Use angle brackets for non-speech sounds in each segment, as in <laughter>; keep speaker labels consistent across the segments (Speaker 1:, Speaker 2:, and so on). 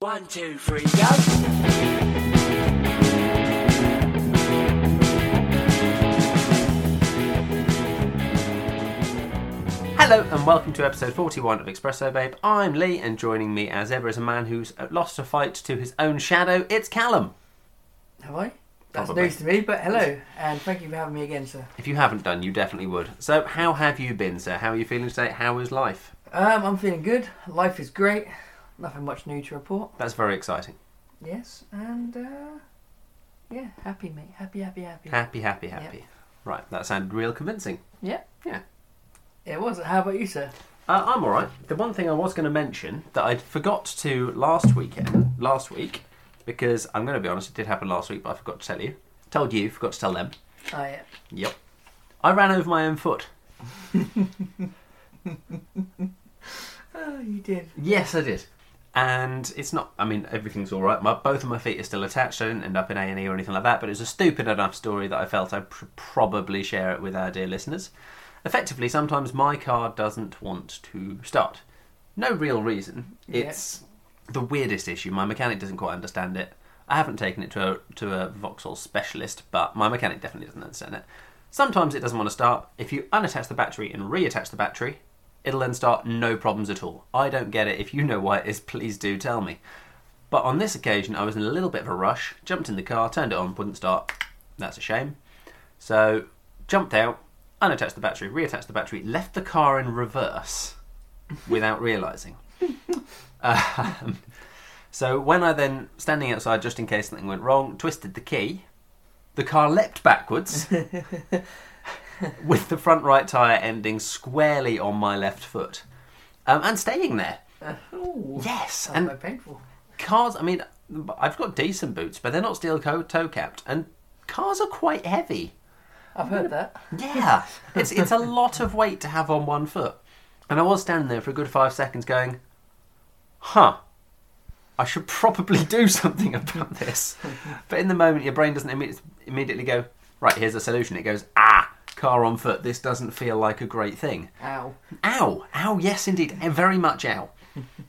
Speaker 1: One, two, three, go.
Speaker 2: Hello and welcome to episode 41 of Espresso Babe. I'm Lee, and joining me as ever is a man who's lost a fight to his own shadow. It's Callum.
Speaker 3: Have I? That's
Speaker 2: Probably.
Speaker 3: news to me, but hello, and thank you for having me again, sir.
Speaker 2: If you haven't done, you definitely would. So, how have you been, sir? How are you feeling today? How is life?
Speaker 3: Um, I'm feeling good. Life is great. Nothing much new to report.
Speaker 2: That's very exciting.
Speaker 3: Yes, and uh, yeah, happy, mate. Happy, happy, happy.
Speaker 2: Happy, happy, happy. Right, that sounded real convincing.
Speaker 3: yeah,
Speaker 2: Yeah.
Speaker 3: it was. How about you, sir?
Speaker 2: Uh, I'm all right. The one thing I was going to mention that I forgot to last weekend, last week, because I'm going to be honest, it did happen last week, but I forgot to tell you. Told you, forgot to tell them.
Speaker 3: Oh yeah.
Speaker 2: Yep. I ran over my own foot.
Speaker 3: Oh, you did.
Speaker 2: Yes, I did. And it's not. I mean, everything's all right. My both of my feet are still attached. I didn't end up in A and E or anything like that. But it was a stupid enough story that I felt I pr- probably share it with our dear listeners. Effectively, sometimes my car doesn't want to start. No real reason.
Speaker 3: Yeah.
Speaker 2: It's the weirdest issue. My mechanic doesn't quite understand it. I haven't taken it to a to a Vauxhall specialist, but my mechanic definitely doesn't understand it. Sometimes it doesn't want to start. If you unattach the battery and reattach the battery, it'll then start no problems at all. I don't get it. If you know why it is, please do tell me. But on this occasion, I was in a little bit of a rush, jumped in the car, turned it on, wouldn't start. That's a shame. So, jumped out, unattached the battery, reattached the battery, left the car in reverse <laughs> without realising. <laughs> um, so, when I then, standing outside just in case something went wrong, twisted the key, the car leapt backwards <laughs> with the front right tyre ending squarely on my left foot um, and staying there.
Speaker 3: Uh, ooh,
Speaker 2: Yes,
Speaker 3: That's
Speaker 2: and
Speaker 3: quite painful.
Speaker 2: cars. I mean, I've got decent boots, but they're not steel co- toe capped, and cars are quite heavy.
Speaker 3: I've heard that.
Speaker 2: Yeah, it's it's a lot of weight to have on one foot. And I was standing there for a good five seconds, going, "Huh, I should probably <laughs> do something about this." But in the moment, your brain doesn't imme- immediately go, "Right, here's a solution." It goes, "Ah, car on foot. This doesn't feel like a great thing."
Speaker 3: Ow.
Speaker 2: Ow! Ow! Yes, indeed, eh, very much ow.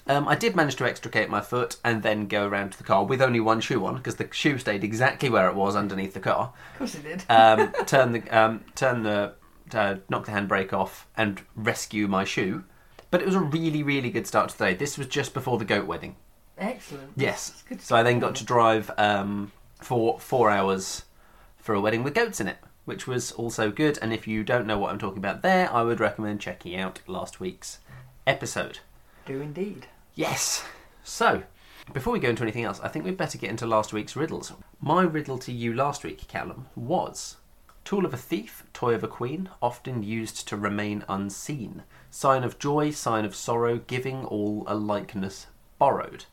Speaker 2: Um, I did manage to extricate my foot and then go around to the car with only one shoe on because the shoe stayed exactly where it was underneath the car.
Speaker 3: Of course it did.
Speaker 2: Um, turn the um, turn the uh, knock the handbrake off and rescue my shoe. But it was a really really good start to the day. This was just before the goat wedding.
Speaker 3: Excellent.
Speaker 2: Yes.
Speaker 3: It's good
Speaker 2: So I then
Speaker 3: hear.
Speaker 2: got to drive um, for four hours for a wedding with goats in it, which was also good. And if you don't know what I'm talking about there, I would recommend checking out last week's episode.
Speaker 3: Do indeed.
Speaker 2: Yes. So, before we go into anything else, I think we'd better get into last week's riddles. My riddle to you last week, Callum, was tool of a thief, toy of a queen, often used to remain unseen, sign of joy, sign of sorrow, giving all a likeness borrowed.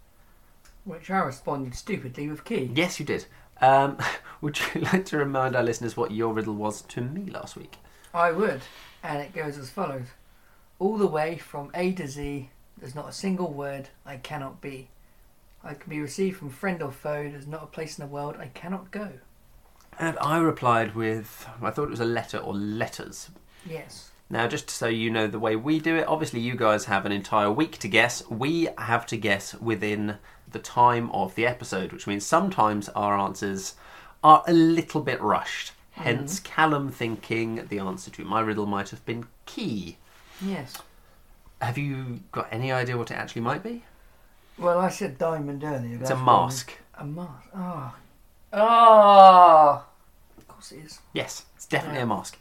Speaker 3: Which I responded stupidly with key.
Speaker 2: Yes, you did. Um, <laughs> would you like to remind our listeners what your riddle was to me last week?
Speaker 3: I would, and it goes as follows: all the way from A to Z. There's not a single word I cannot be. I can be received from friend or foe. There's not a place in the world I cannot go.
Speaker 2: And I replied with, I thought it was a letter or letters,
Speaker 3: Yes.
Speaker 2: Now, just so you know the way we do it, obviously, you guys have an entire week to guess. We have to guess within the time of the episode, which means sometimes our answers are a little bit rushed. Hence, Callum thinking the answer to my riddle might have been key.
Speaker 3: Yes.
Speaker 2: Have you got any idea what it actually might be?
Speaker 3: Well, I said diamond earlier.
Speaker 2: It's
Speaker 3: that's
Speaker 2: a
Speaker 3: wrong.
Speaker 2: mask.
Speaker 3: A mask. Ah. Ah. Of course it is.
Speaker 2: Yes, it's definitely a mask.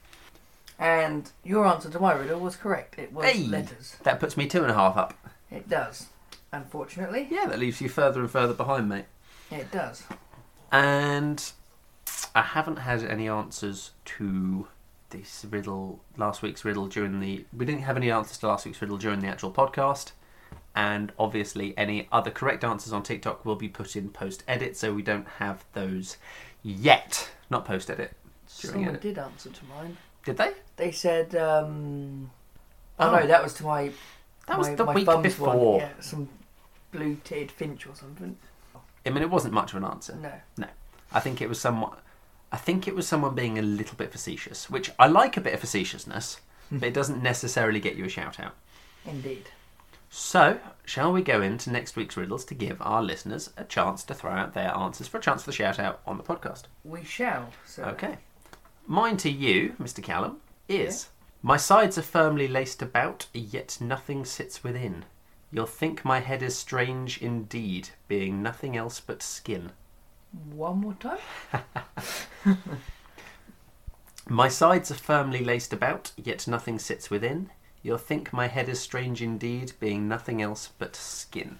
Speaker 3: And your answer to my riddle was correct. It was
Speaker 2: Hey!
Speaker 3: letters.
Speaker 2: That puts me two and a half up.
Speaker 3: It does. Unfortunately,
Speaker 2: Yeah, that leaves you further and further behind, mate.
Speaker 3: it does.
Speaker 2: And I haven't had any answers to this riddle, last week's riddle during the. We didn't have any answers to last week's riddle during the actual podcast. And obviously, any other correct answers on TikTok will be put in post edit, so we don't have those yet. Not post edit. During
Speaker 3: Someone
Speaker 2: edit.
Speaker 3: did answer to mine.
Speaker 2: Did they?
Speaker 3: They said, um,
Speaker 2: Oh.
Speaker 3: oh no, that was to my.
Speaker 2: That was
Speaker 3: my-
Speaker 2: the
Speaker 3: my
Speaker 2: week
Speaker 3: bum's
Speaker 2: before.
Speaker 3: One. Yeah, some blue titted finch or something.
Speaker 2: I mean, it wasn't much of an answer.
Speaker 3: No.
Speaker 2: No, I think it was someone. I think it was someone being a little bit facetious, which I like a bit of facetiousness, but it doesn't necessarily get you a shout out.
Speaker 3: Indeed.
Speaker 2: So, shall we go into next week's riddles to give our listeners a chance to throw out their answers for a chance for the shout out on the podcast?
Speaker 3: We shall. So
Speaker 2: Okay. Mine to you, Mr. Callum, is My sides are firmly laced about, yet nothing sits within. You'll think my head is strange indeed, being nothing else but skin.
Speaker 3: one more time.
Speaker 2: My sides are firmly laced about, yet nothing sits within. You'll think my head is strange indeed, being nothing else but skin.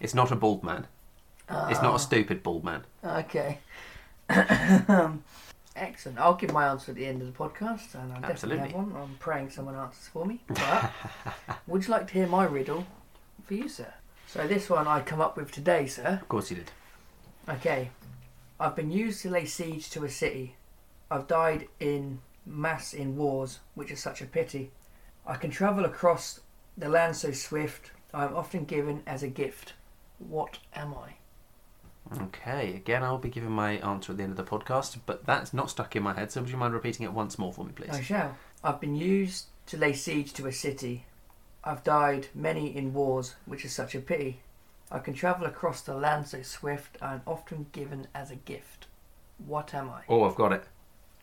Speaker 2: It's not a bald man. it's not a stupid bald man.
Speaker 3: Okay. <coughs> Excellent. I'll give my answer at the end of the podcast, and I definitely
Speaker 2: Absolutely.
Speaker 3: have one. I'm praying someone answers
Speaker 2: <laughs>
Speaker 3: for me. But would you like to hear my riddle for you, sir? So this one I come up with today, sir.
Speaker 2: Of course he did.
Speaker 3: Okay. I've been used to lay siege to a city. I've died in mass in wars, which is such a pity. I can travel across the land so swift. I am often given as a gift. What am I?
Speaker 2: Okay, again, I'll be giving my answer at the end of the podcast, but that's not stuck in my head, so would you mind repeating it once more for me, please?
Speaker 3: I shall. I've been used to lay siege to a city. I've died many in wars, which is such a pity. I can travel across the land so swift. I am often given as a gift. What am I?
Speaker 2: Oh, I've got it.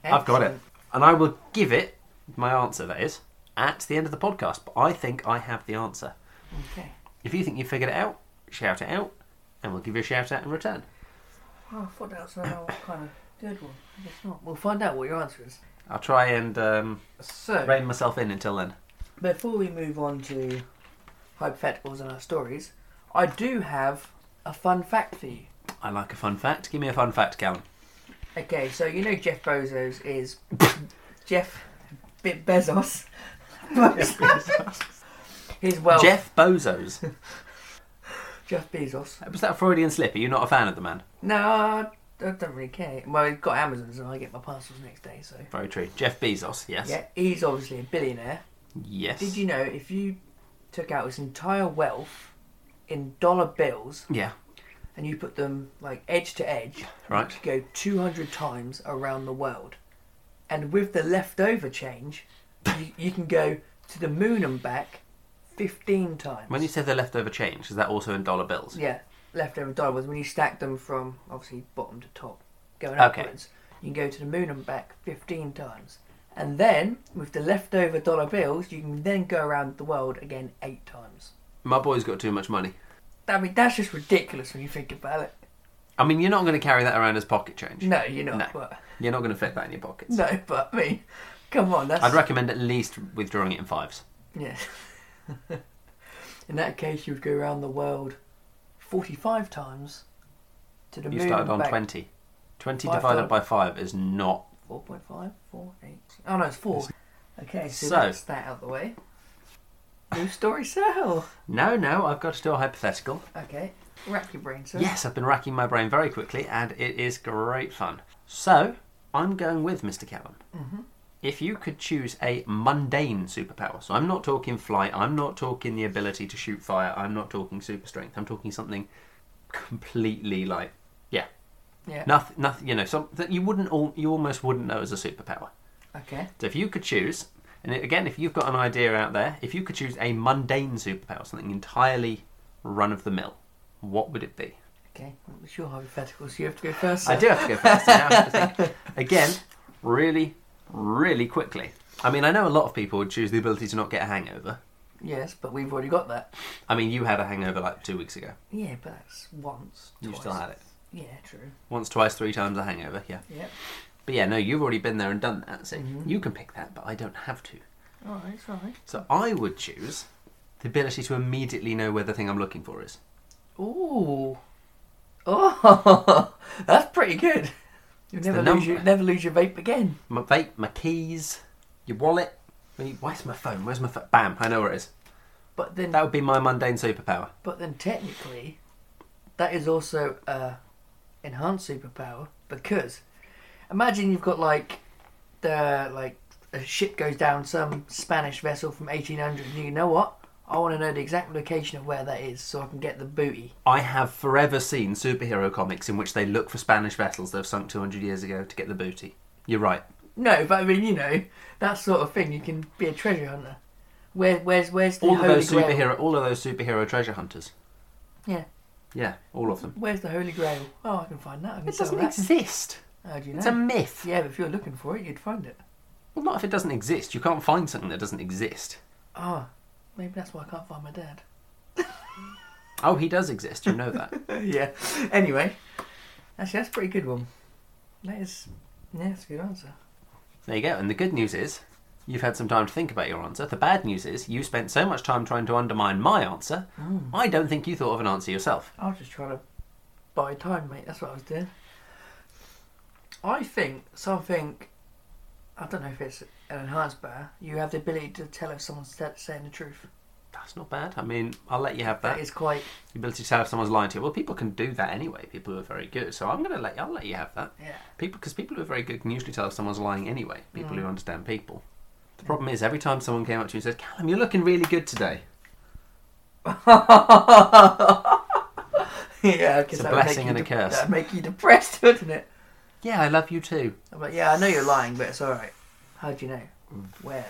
Speaker 2: I've got it.
Speaker 3: Excellent.
Speaker 2: And I will give it, my answer that is, at the end of the podcast, but I think I have the answer.
Speaker 3: Okay.
Speaker 2: If you think you figured it out, shout it out, and we'll give you a shout out in return.
Speaker 3: Oh, I thought that was another kind of good one. I guess not. We'll find out what your answer is.
Speaker 2: I'll try and um,
Speaker 3: So,
Speaker 2: rein myself in until then.
Speaker 3: before we move on to hypotheticals and our stories, I do have a fun fact for you.
Speaker 2: I like a fun fact. Give me a fun fact, Callum.
Speaker 3: Okay, so you know Jeff Bezos is <laughs> Jeff Be- Bezos. <laughs> His wealth.
Speaker 2: Jeff Bozos.
Speaker 3: Jeff
Speaker 2: <laughs>
Speaker 3: Bezos.
Speaker 2: Was that a Freudian slip? Are you not a fan of the man?
Speaker 3: No, I don't really care. Well, he's got Amazon, so I get my parcels next day. So
Speaker 2: Very true. Jeff Bezos, yes.
Speaker 3: yeah, he's obviously a billionaire.
Speaker 2: Yes.
Speaker 3: Did you know if you took out his entire wealth in dollar bills
Speaker 2: Yeah,
Speaker 3: and you put them like edge to edge,
Speaker 2: Right.
Speaker 3: you could go 200 times around the world. And with the leftover change, you, you can go to the moon and back 15 times.
Speaker 2: When you say the leftover change, is that also in dollar bills?
Speaker 3: Yeah, leftover dollar was when you stack them from obviously bottom to top, going
Speaker 2: Okay.
Speaker 3: upwards. You can go to the moon and back 15 times. And then, with the leftover dollar bills, you can then go around the world again eight times.
Speaker 2: My boy's got too much money.
Speaker 3: I mean, that's just ridiculous when you think about it.
Speaker 2: I mean, you're not going to carry that around as pocket change.
Speaker 3: No, you're not.
Speaker 2: No.
Speaker 3: But,
Speaker 2: You're not going to fit that in your pockets.
Speaker 3: no, but I mean, come on, that's.
Speaker 2: I'd recommend at least withdrawing it in fives.
Speaker 3: yeah. <laughs> in that case, you would go around the world 45 times to the
Speaker 2: You
Speaker 3: moon.
Speaker 2: started
Speaker 3: and
Speaker 2: on
Speaker 3: back.
Speaker 2: 20. 20
Speaker 3: Five
Speaker 2: divided
Speaker 3: times.
Speaker 2: by 5 is not.
Speaker 3: 4.5, 4, 8. Oh no, it's 4. Okay, so,
Speaker 2: So-
Speaker 3: that's that out of the way. New story, sir.
Speaker 2: No, no, I've got to do a hypothetical.
Speaker 3: Okay, rack your brain, sir.
Speaker 2: Yes, I've been racking my brain very quickly and it is great fun. So, I'm going with Mr. Callum. If you could choose a mundane superpower, so I'm not talking flight, I'm not talking the ability to shoot fire, I'm not talking super strength, I'm talking something completely like, yeah,
Speaker 3: Yeah.
Speaker 2: nothing, nothing, you know, something that you wouldn't, all, you almost wouldn't know as a superpower.
Speaker 3: Okay.
Speaker 2: So if you could choose, and again, if you've got an idea out there, if you could choose a mundane superpower, something entirely run of the mill, what would it be?
Speaker 3: Okay. It's your hypothetical, so you have to go first.
Speaker 2: I
Speaker 3: sir.
Speaker 2: do have to go first. I now have to think. Again, really, really quickly. I mean, I know a lot of people would choose the ability to not get a hangover.
Speaker 3: Yes, but we've already got that.
Speaker 2: I mean, you had a hangover like two weeks ago.
Speaker 3: Yeah, but that's once.
Speaker 2: You
Speaker 3: twice.
Speaker 2: still had it.
Speaker 3: Yeah, true.
Speaker 2: Once, twice, three times a hangover, yeah.
Speaker 3: Yep.
Speaker 2: But yeah, no, you've already been there and done that, so you can pick that, but I don't have to.
Speaker 3: Alright, it's alright.
Speaker 2: So I would choose the ability to immediately know where the thing I'm looking for is.
Speaker 3: Ooh. Oh, <laughs> that's pretty good. You never
Speaker 2: the
Speaker 3: lose
Speaker 2: number.
Speaker 3: your, never lose your vape again.
Speaker 2: my vape, my keys, your wallet. I mean, Where's my phone? Where's my phone? Bam! I know where it is.
Speaker 3: But then uh,
Speaker 2: That would be my mundane superpower.
Speaker 3: But then technically, that is also a enhanced superpower because imagine you've got like the like a ship goes down some Spanish vessel from 1800. And you know what? I want to know the exact location of where that is so I can get the booty.
Speaker 2: I have forever seen superhero comics in which they look for Spanish vessels that have sunk 200 years ago to get the booty. You're right.
Speaker 3: No, but I mean you know that sort of thing. You can be a treasure hunter. Where, where's where's the
Speaker 2: All of
Speaker 3: holy
Speaker 2: those
Speaker 3: grail?
Speaker 2: superhero, all of those superhero treasure hunters.
Speaker 3: Yeah.
Speaker 2: Yeah, all of them.
Speaker 3: Where's the holy grail? Oh, I can find that. I can
Speaker 2: It
Speaker 3: sell
Speaker 2: doesn't
Speaker 3: that.
Speaker 2: exist.
Speaker 3: How do you know?
Speaker 2: It's a myth.
Speaker 3: Yeah, but if you're looking for it, you'd find it.
Speaker 2: Well, not if it doesn't exist. You can't find something that doesn't exist.
Speaker 3: Ah, maybe that's why I can't find my dad. <laughs>
Speaker 2: Oh, he does exist. You know <laughs> that.
Speaker 3: yeah. Anyway, actually, that's a pretty good one. That is, yeah, that's a good answer.
Speaker 2: there you go. And the good news is, you've had some time to think about your answer. The bad news is, you spent so much time trying to undermine my answer. I don't think you thought of an answer yourself.
Speaker 3: I was just trying to buy time, mate. That's what I was doing. I think something. I don't know if it's an enhanced bar. You have the ability to tell if someone's sa- saying the truth.
Speaker 2: That's not bad. I mean, I'll let you have that.
Speaker 3: That is quite.
Speaker 2: The ability to tell if someone's lying to you. Well, people can do that anyway. People who are very good. So I'm gonna let I'll let you have that. <laughs>
Speaker 3: Yeah.
Speaker 2: People because people who are very good can usually tell if someone's lying anyway. People
Speaker 3: Mm.
Speaker 2: who understand people. The problem is every time someone came up to you and said, "Callum, you're looking really good today,"
Speaker 3: yeah, I guess
Speaker 2: a
Speaker 3: that would
Speaker 2: blessing and
Speaker 3: make you
Speaker 2: a curse.
Speaker 3: That'd make you depressed, <laughs> wouldn't it?
Speaker 2: "Yeah, I love you too."
Speaker 3: I'm like, yeah, I know you're lying, but it's all right. How do you know?
Speaker 2: Mm.
Speaker 3: Well,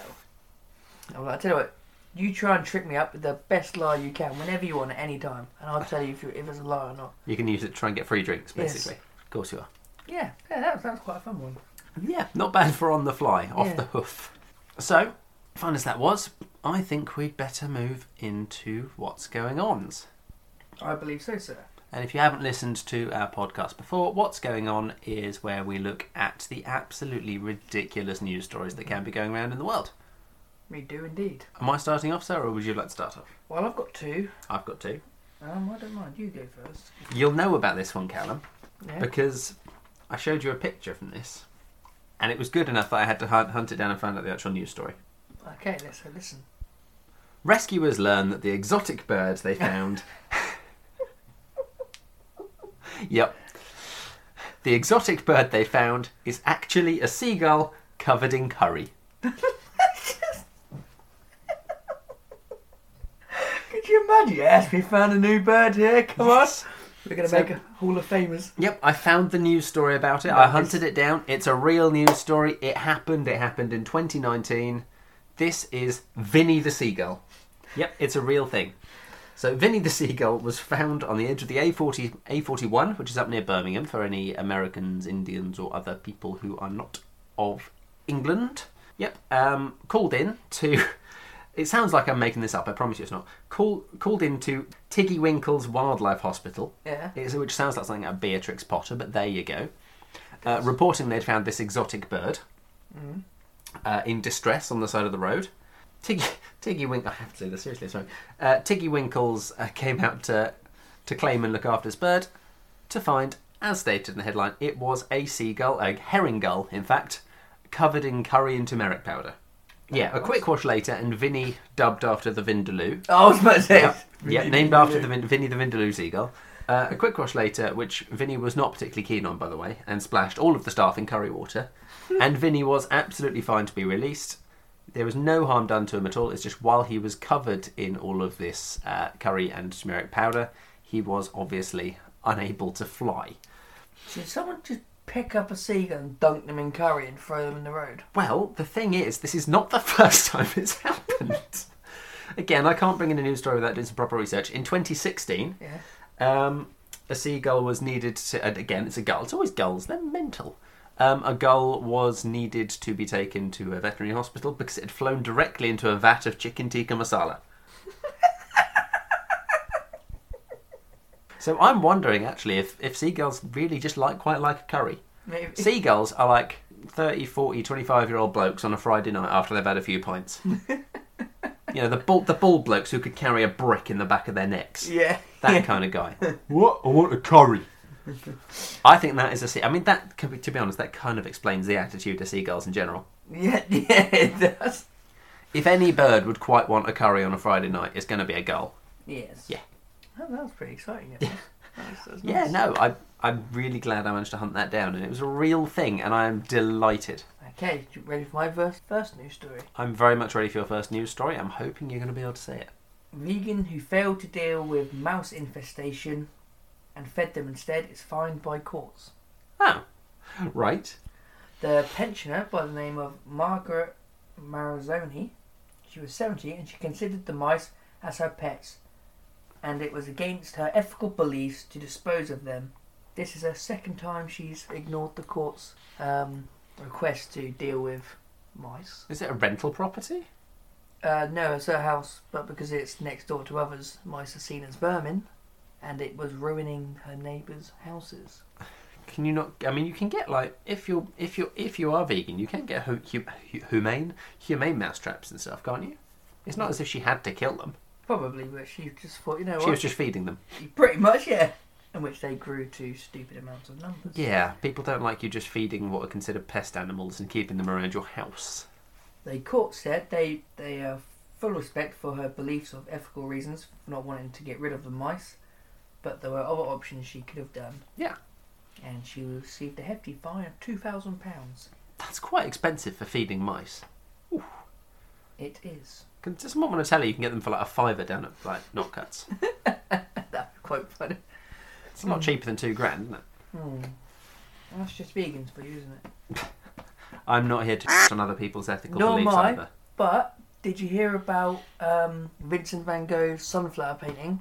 Speaker 3: I'm like, I tell you what, you try and trick me up with the best lie you can, whenever you want, at any time, and I'll tell you if, you, if it's a lie or not.
Speaker 2: You can use it to try and get free drinks,
Speaker 3: Yes.
Speaker 2: basically. Of course you are.
Speaker 3: Yeah, yeah, that was, that was quite a fun one.
Speaker 2: Yeah, not bad for on the fly, off
Speaker 3: Yeah.
Speaker 2: the hoof. So, fun as that was, I think we'd better move into what's going ons.
Speaker 3: I believe so, sir.
Speaker 2: And if you haven't listened to our podcast before, What's Going On is where we look at the absolutely ridiculous news stories that can be going around in the world.
Speaker 3: We do indeed.
Speaker 2: Am I starting off, Sarah, or would you like to start off?
Speaker 3: Well, I've got two.
Speaker 2: I've got two.
Speaker 3: Um, I don't mind. You go first.
Speaker 2: You'll know about this one, Callum,
Speaker 3: Yeah.
Speaker 2: because I showed you a picture from this, and it was good enough that I had to hunt, hunt it down and find out the actual news story.
Speaker 3: Okay, let's have a listen. <laughs>
Speaker 2: Rescuers learn that the exotic bird they found. yep. The exotic bird they found is actually a seagull covered in curry.
Speaker 3: Could you imagine? Yes, we found a new bird here. Come
Speaker 2: Yes.
Speaker 3: on. We're going to
Speaker 2: So-
Speaker 3: make a Hall of Famers.
Speaker 2: Yep, I found the news story about it. I
Speaker 3: Nice.
Speaker 2: hunted it down. It's a real news story. It happened. It happened in 2019. This is Vinny the Seagull. Yep, it's a real thing. So Vinny the Seagull was found on the edge of the A40, A41, which is up near Birmingham for any Americans, Indians, or other people who are not of England. Yep, um, called in to. <laughs> It sounds like I'm making this up. I promise you, it's not. Call, called in to Tiggy Winkle's Wildlife Hospital.
Speaker 3: <laughs> Yeah.
Speaker 2: It's, which sounds like something out of Beatrix Potter, but there you go. Uh, reporting they'd found this exotic bird uh, in distress on the side of the road. Tiggy, Tiggy Winkle, I have to say this seriously, sorry. Uh, Tiggy Winkles uh, came out to, to claim and look after this bird to find, as stated in the headline, it was a seagull, a herring gull, in fact, covered in curry and turmeric powder. Yeah, a quick wash later, and Vinny dubbed after the Vindaloo.
Speaker 3: Oh, I was about to say.
Speaker 2: Yeah, yeah, named after the Vin- Vinny the Vindaloo seagull. Uh, a quick wash later, which Vinny was not particularly keen on, by the way, and splashed all of the staff in curry water. and Vinny was absolutely fine to be released. There was no harm done to him at all. It's just while he was covered in all of this uh, curry and turmeric powder, he was obviously unable to fly.
Speaker 3: Should someone just pick up a seagull and dunk them in curry and throw them in the road?
Speaker 2: Well, the thing is, this is not the <laughs> first time it's happened. Again, I can't bring in a news story without doing some proper research. In 2016,
Speaker 3: Yeah.
Speaker 2: Um, a seagull was needed to, and again, it's a gull. It's always gulls. They're mental. Um, a gull was needed to be taken to a veterinary hospital because it had flown directly into a vat of chicken tikka masala. so I'm wondering actually if, if seagulls really just like quite like a curry.
Speaker 3: Maybe.
Speaker 2: Seagulls are like 30, 40, 25 year old blokes on a Friday night after they've had a few pints. you know, the bald, the bald blokes who could carry a brick in the back of their necks.
Speaker 3: Yeah.
Speaker 2: That kind of guy.
Speaker 4: <laughs> What? I want a curry.
Speaker 2: I think that is a sea. I mean, that can be, to be honest, that kind of explains the attitude to seagulls in general.
Speaker 3: <laughs> Yeah, yeah, it does.
Speaker 2: If any bird would quite want a curry on a Friday night, it's going to be a gull.
Speaker 3: Yes.
Speaker 2: Yeah.
Speaker 3: Oh, that was pretty exciting. Yeah. That was- that was
Speaker 2: Yeah,
Speaker 3: nice.
Speaker 2: no, I, I'm really glad I managed to hunt that down, and it was a real thing, and I am delighted.
Speaker 3: Okay, you ready for my first, first news story?
Speaker 2: I'm very much ready for your first news story. I'm hoping you're going to be able to say it.
Speaker 3: Vegan who failed to deal with mouse infestation and fed them instead is fined by courts.
Speaker 2: Oh, right.
Speaker 3: The pensioner, by the name of Margaret Marzoni, She was 70 and she considered the mice as her pets, and it was against her ethical beliefs to dispose of them. This is her second time she's ignored the court's um, request to deal with mice.
Speaker 2: Is it a rental property?
Speaker 3: Uh, no, it's her house, but because it's next door to others, mice are seen as vermin, and it was ruining her neighbours' houses.
Speaker 2: Can you not? I mean, you can get like if you're if you are if you are vegan, you can get hu- hu- hu- humane humane mousetraps and stuff, can't you? It's not as if she had to kill them.
Speaker 3: Probably, but she just thought, you know
Speaker 2: She
Speaker 3: what?
Speaker 2: was just feeding them.
Speaker 3: <laughs> Pretty much, yeah. In which they grew to stupid amounts of numbers.
Speaker 2: Yeah, people don't like you just feeding what are considered pest animals and keeping them around your house.
Speaker 3: The court said they they are full respect for her beliefs of ethical reasons for not wanting to get rid of the mice, but there were other options she could have done.
Speaker 2: Yeah.
Speaker 3: And she received a hefty fine of two thousand pounds.
Speaker 2: That's quite expensive for feeding mice.
Speaker 3: It is.
Speaker 2: Can, does someone want to tell you you can get them for like a fiver down at like Knockcuts?
Speaker 3: That's quite funny.
Speaker 2: It's a lot cheaper than two grand, isn't it?
Speaker 3: Hmm. That's just vegans for you, isn't it?
Speaker 2: I'm not here to on other people's ethical
Speaker 3: Ah. Nor
Speaker 2: beliefs
Speaker 3: am I.
Speaker 2: either.
Speaker 3: But did you hear about um, Vincent van Gogh's sunflower painting?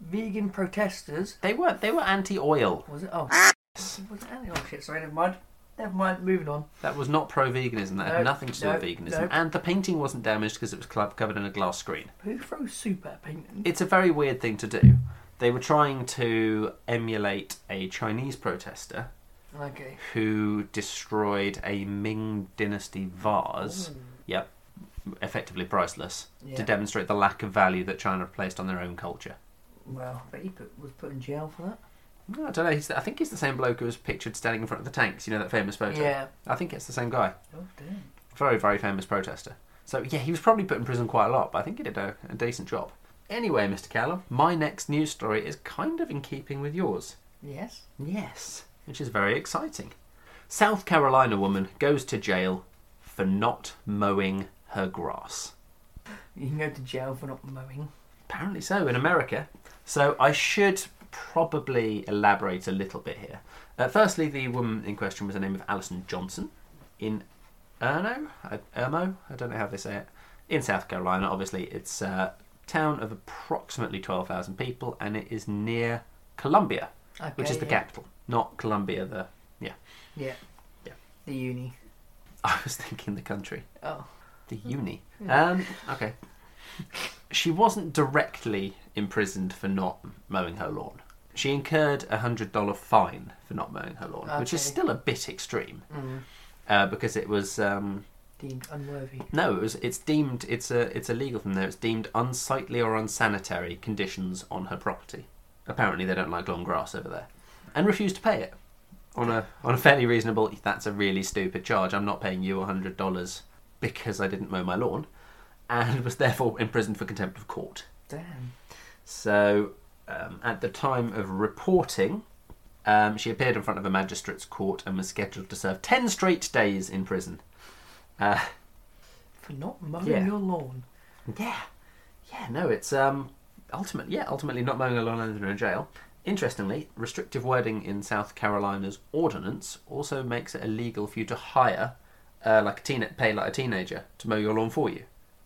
Speaker 3: Vegan protesters
Speaker 2: They were they were anti-oil.
Speaker 3: was it? Oh,
Speaker 2: Ah.
Speaker 3: was it? Oh shit! Sorry, never mind. Never mind. Moving on.
Speaker 2: That was not pro-veganism. That
Speaker 3: No,
Speaker 2: had nothing to do
Speaker 3: no,
Speaker 2: with veganism.
Speaker 3: no.
Speaker 2: And the painting wasn't damaged because it was club covered in a glass screen.
Speaker 3: Who throws soup at a painting?
Speaker 2: It's a very weird thing to do. They were trying to emulate a Chinese protester
Speaker 3: Okay.
Speaker 2: who destroyed a Ming Dynasty vase. Yep, effectively priceless
Speaker 3: Hmm. Yeah.
Speaker 2: to demonstrate the lack of value that China placed on their own culture.
Speaker 3: Well, but he put, was put in jail for that.
Speaker 2: No, I don't know. He's, I think he's the same bloke who was pictured standing in front of the tanks. You know that famous photo.
Speaker 3: Yeah.
Speaker 2: I think it's the same guy.
Speaker 3: Oh damn.
Speaker 2: Very, very famous protester. So yeah, he was probably put in prison quite a lot, but I think he did a, a decent job. Anyway, Mr. Callum, my next news story is kind of in keeping with yours.
Speaker 3: Yes.
Speaker 2: Yes, which is very exciting. South Carolina woman goes to jail for not mowing her grass.
Speaker 3: You can go to jail for not mowing.
Speaker 2: Apparently so in America. So I should probably elaborate a little bit here. Uh, firstly, the woman in question was the name of Alison Johnson in Erno, Uh, Ermo. I don't know how they say it. In South Carolina, obviously, it's a town of approximately twelve thousand people, and it is near Columbia, which
Speaker 3: Okay,
Speaker 2: is the
Speaker 3: yeah.
Speaker 2: capital, not Columbia. The <laughs> yeah,
Speaker 3: Yeah.
Speaker 2: Yeah.
Speaker 3: The uni.
Speaker 2: I was thinking the country.
Speaker 3: Oh.
Speaker 2: The uni. Um, okay. She wasn't directly imprisoned for not mowing her lawn. She incurred a hundred dollar fine for not mowing her lawn, which is
Speaker 3: Okay.
Speaker 2: still a bit extreme uh, because it was um,
Speaker 3: mm. Deemed unworthy.
Speaker 2: no, it was it's deemed it's a it's illegal from there. It's deemed unsightly or unsanitary conditions on her property. Apparently, they don't like long grass over there, and refuse to pay it on a on a fairly reasonable. That's a really stupid charge. I'm not paying you hundred dollars because I didn't mow my lawn, and was therefore imprisoned for contempt of court.
Speaker 3: Damn.
Speaker 2: So, um, at the time of reporting, um, she appeared in front of a magistrate's court and was scheduled to serve ten straight days in prison. Uh,
Speaker 3: For not mowing
Speaker 2: Yeah.
Speaker 3: your lawn.
Speaker 2: Yeah, yeah, no, it's um, ultimately, yeah, ultimately not mowing a lawn and in jail. Interestingly, restrictive wording in South Carolina's ordinance also makes it illegal for you to hire, uh, like a teen, pay like a teenager to mow your lawn for you.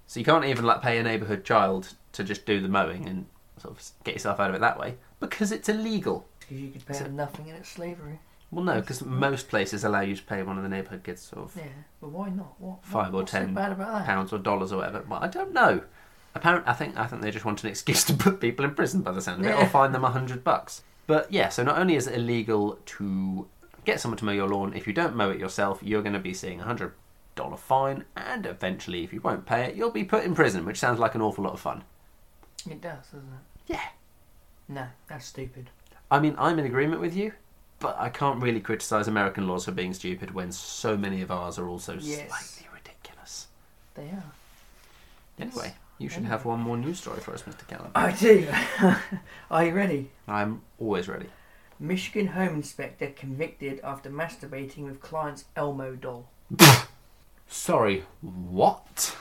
Speaker 2: So you can't even like pay a neighbourhood child to just do the mowing and sort of get yourself out of it that way because it's illegal.
Speaker 3: Because you could pay
Speaker 2: So-
Speaker 3: them nothing and it's slavery.
Speaker 2: Well, no, because most places allow you to pay one of the neighbourhood kids sort of
Speaker 3: Yeah. But why not? What?
Speaker 2: five
Speaker 3: what-
Speaker 2: or
Speaker 3: what's so
Speaker 2: ten
Speaker 3: bad about that?
Speaker 2: pounds or dollars or whatever. Well, I don't know. Apparently, I think I think they just want an excuse to put people in prison by the sound of it,
Speaker 3: Yeah.
Speaker 2: or fine them a hundred bucks. But yeah, so not only is it illegal to get someone to mow your lawn, if you don't mow it yourself, you're going to be seeing a hundred dollar fine, and eventually, if you won't pay it, you'll be put in prison, which sounds like an awful lot of fun.
Speaker 3: It does, doesn't it?
Speaker 2: Yeah,
Speaker 3: No, that's stupid.
Speaker 2: I mean, I'm in agreement with you, but I can't really criticise American laws for being stupid when so many of ours are also
Speaker 3: Yes.
Speaker 2: slightly ridiculous.
Speaker 3: They are.
Speaker 2: Anyway, you should
Speaker 3: Anyway.
Speaker 2: have one more news story for us, Mr. Callum.
Speaker 3: I do. <laughs> are you ready?
Speaker 2: I'm always ready.
Speaker 3: Michigan home inspector convicted after masturbating with client's Elmo doll.
Speaker 2: Sorry, what?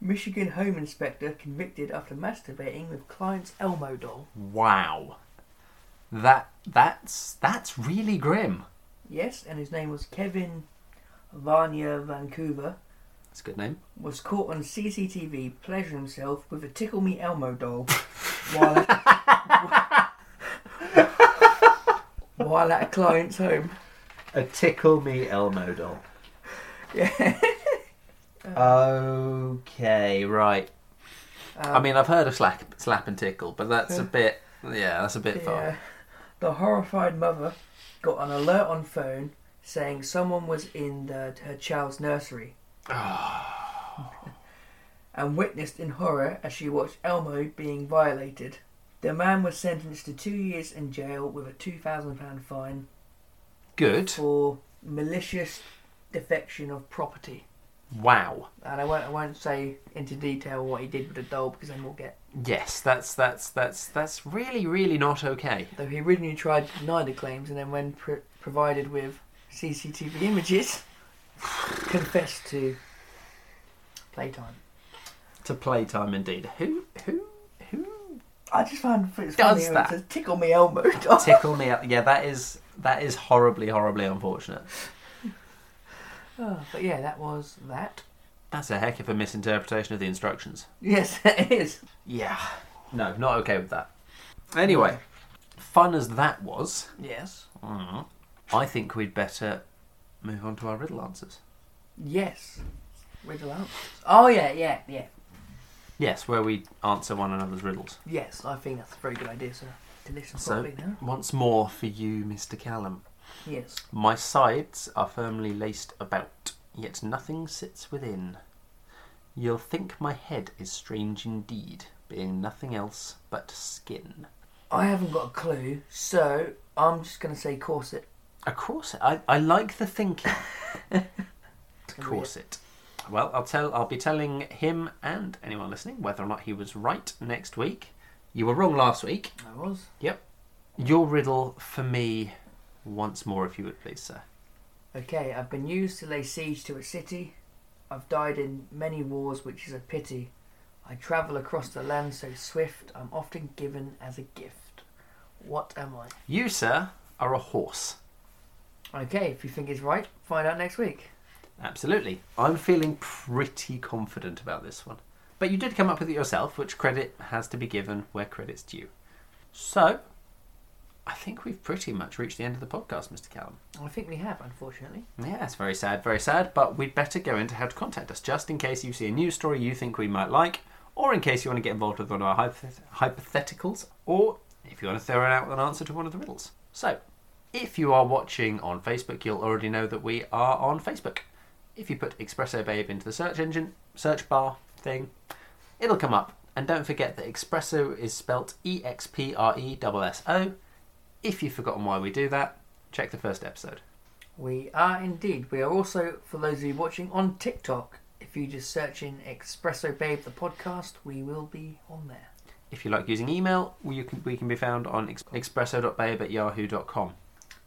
Speaker 3: Michigan home inspector convicted after masturbating with client's Elmo doll.
Speaker 2: Wow. That that's that's really grim.
Speaker 3: Yes, and his name was Kevin Vanya Vancouver,
Speaker 2: That's a good name.
Speaker 3: was caught on CCTV pleasuring himself with a Tickle Me Elmo doll while at, while at a client's home.
Speaker 2: A tickle me Elmo
Speaker 3: <laughs>
Speaker 2: doll.
Speaker 3: Yeah.
Speaker 2: Okay, right. I
Speaker 3: Um,
Speaker 2: mean, I've heard of slap, slap and tickle, but that's a bit. Yeah, that's a bit
Speaker 3: Yeah.
Speaker 2: far.
Speaker 3: The horrified mother got an alert on phone saying someone was in the, her child's nursery. and witnessed in horror as she watched Elmo being violated. The man was sentenced to two years in jail with a £2,000 fine
Speaker 2: Good.
Speaker 3: for malicious defection of property.
Speaker 2: Wow.
Speaker 3: And I won't, I won't say into detail what he did with the doll because then we'll get.
Speaker 2: Yes, that's that's that's that's really really not okay.
Speaker 3: Though he originally tried to deny the claims and then, when pr- provided with CCTV images, <laughs> confessed to playtime.
Speaker 2: To playtime indeed. Who who who
Speaker 3: I just found it's funny
Speaker 2: Does
Speaker 3: how it
Speaker 2: that?
Speaker 3: says, tickle me Elmo <laughs> doll.
Speaker 2: tickle me? Up? Yeah, that is that is horribly horribly unfortunate.
Speaker 3: Oh, but yeah, that was that.
Speaker 2: That's a heck of a misinterpretation of the instructions.
Speaker 3: Yes, <laughs> it is.
Speaker 2: Yeah. No, not okay with that. Anyway, fun as that was,
Speaker 3: Yes.
Speaker 2: I think we'd better move on to our riddle answers.
Speaker 3: Yes. Riddle answers. Oh yeah, yeah, yeah.
Speaker 2: Yes, where we answer one another's riddles.
Speaker 3: Yes, I think that's a very good idea, sir. To listen
Speaker 2: So,
Speaker 3: properly now.
Speaker 2: once more for you, Mr. Callum.
Speaker 3: Yes.
Speaker 2: My sides are firmly laced about, yet nothing sits within. You'll think my head is strange indeed, being nothing else but skin.
Speaker 3: I haven't got a clue, so I'm just gonna say corset.
Speaker 2: A corset. I, I like the thinking. corset. Well, I'll tell. I'll be telling him and anyone listening whether or not he was right next week. You were wrong last week.
Speaker 3: I was.
Speaker 2: Yep. Your riddle for me, once more, if you would please, sir.
Speaker 3: Okay, I've been used to lay siege to a city. I've died in many wars, which is a pity. I travel across the land so swift, I'm often given as a gift. What am I?
Speaker 2: You, sir, are a horse.
Speaker 3: Okay, if you think it's right, find out next week.
Speaker 2: Absolutely. I'm feeling pretty confident about this one. But you did come up with it yourself, which credit has to be given where credit's due. So, I think we've pretty much reached the end of the podcast, Mr. Callum.
Speaker 3: I think we have, unfortunately.
Speaker 2: Yeah, that's very sad, very sad. But we'd better go into how to contact us, just in case you see a news story you think we might like, or in case you want to get involved with one of our hypothet- hypotheticals, or if you want to throw out an answer to one of the riddles. So, if you are watching on Facebook, you'll already know that we are on Facebook. If you put Espresso Babe into the search engine, search bar thing, it'll come up. And don't forget that Espresso is spelt E X P R E S S O. If you've forgotten why we do that, check the first episode.
Speaker 3: We are indeed. We are also, for those of you watching, on TikTok. If you just search in Espresso Babe the podcast, we will be on there.
Speaker 2: If you like using email, we you can, we can be found on ex- expresso.babe at yahoo.com.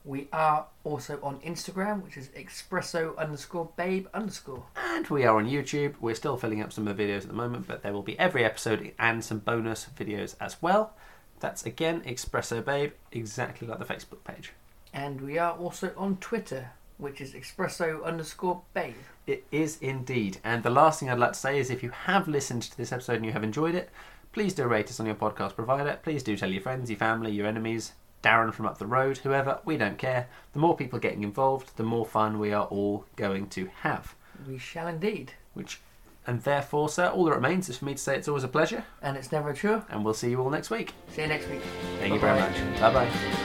Speaker 3: We are also on Instagram, which is Espresso underscore Babe underscore.
Speaker 2: And we are on YouTube. We're still filling up some of the videos at the moment, but there will be every episode and some bonus videos as well. That's again Expresso Babe, exactly like the Facebook page.
Speaker 3: And we are also on Twitter, which is Espresso underscore Babe.
Speaker 2: It is indeed. And the last thing I'd like to say is if you have listened to this episode and you have enjoyed it, please do rate us on your podcast provider. Please do tell your friends, your family, your enemies, Darren from up the road, whoever, we don't care. The more people getting involved, the more fun we are all going to have.
Speaker 3: We shall indeed.
Speaker 2: Which, and therefore, sir, all that remains is for me to say it's always a pleasure,
Speaker 3: And it's never true.
Speaker 2: and we'll see you all next week.
Speaker 3: See you next week.
Speaker 2: Thank you very
Speaker 3: Bye-bye.
Speaker 2: much. Bye bye.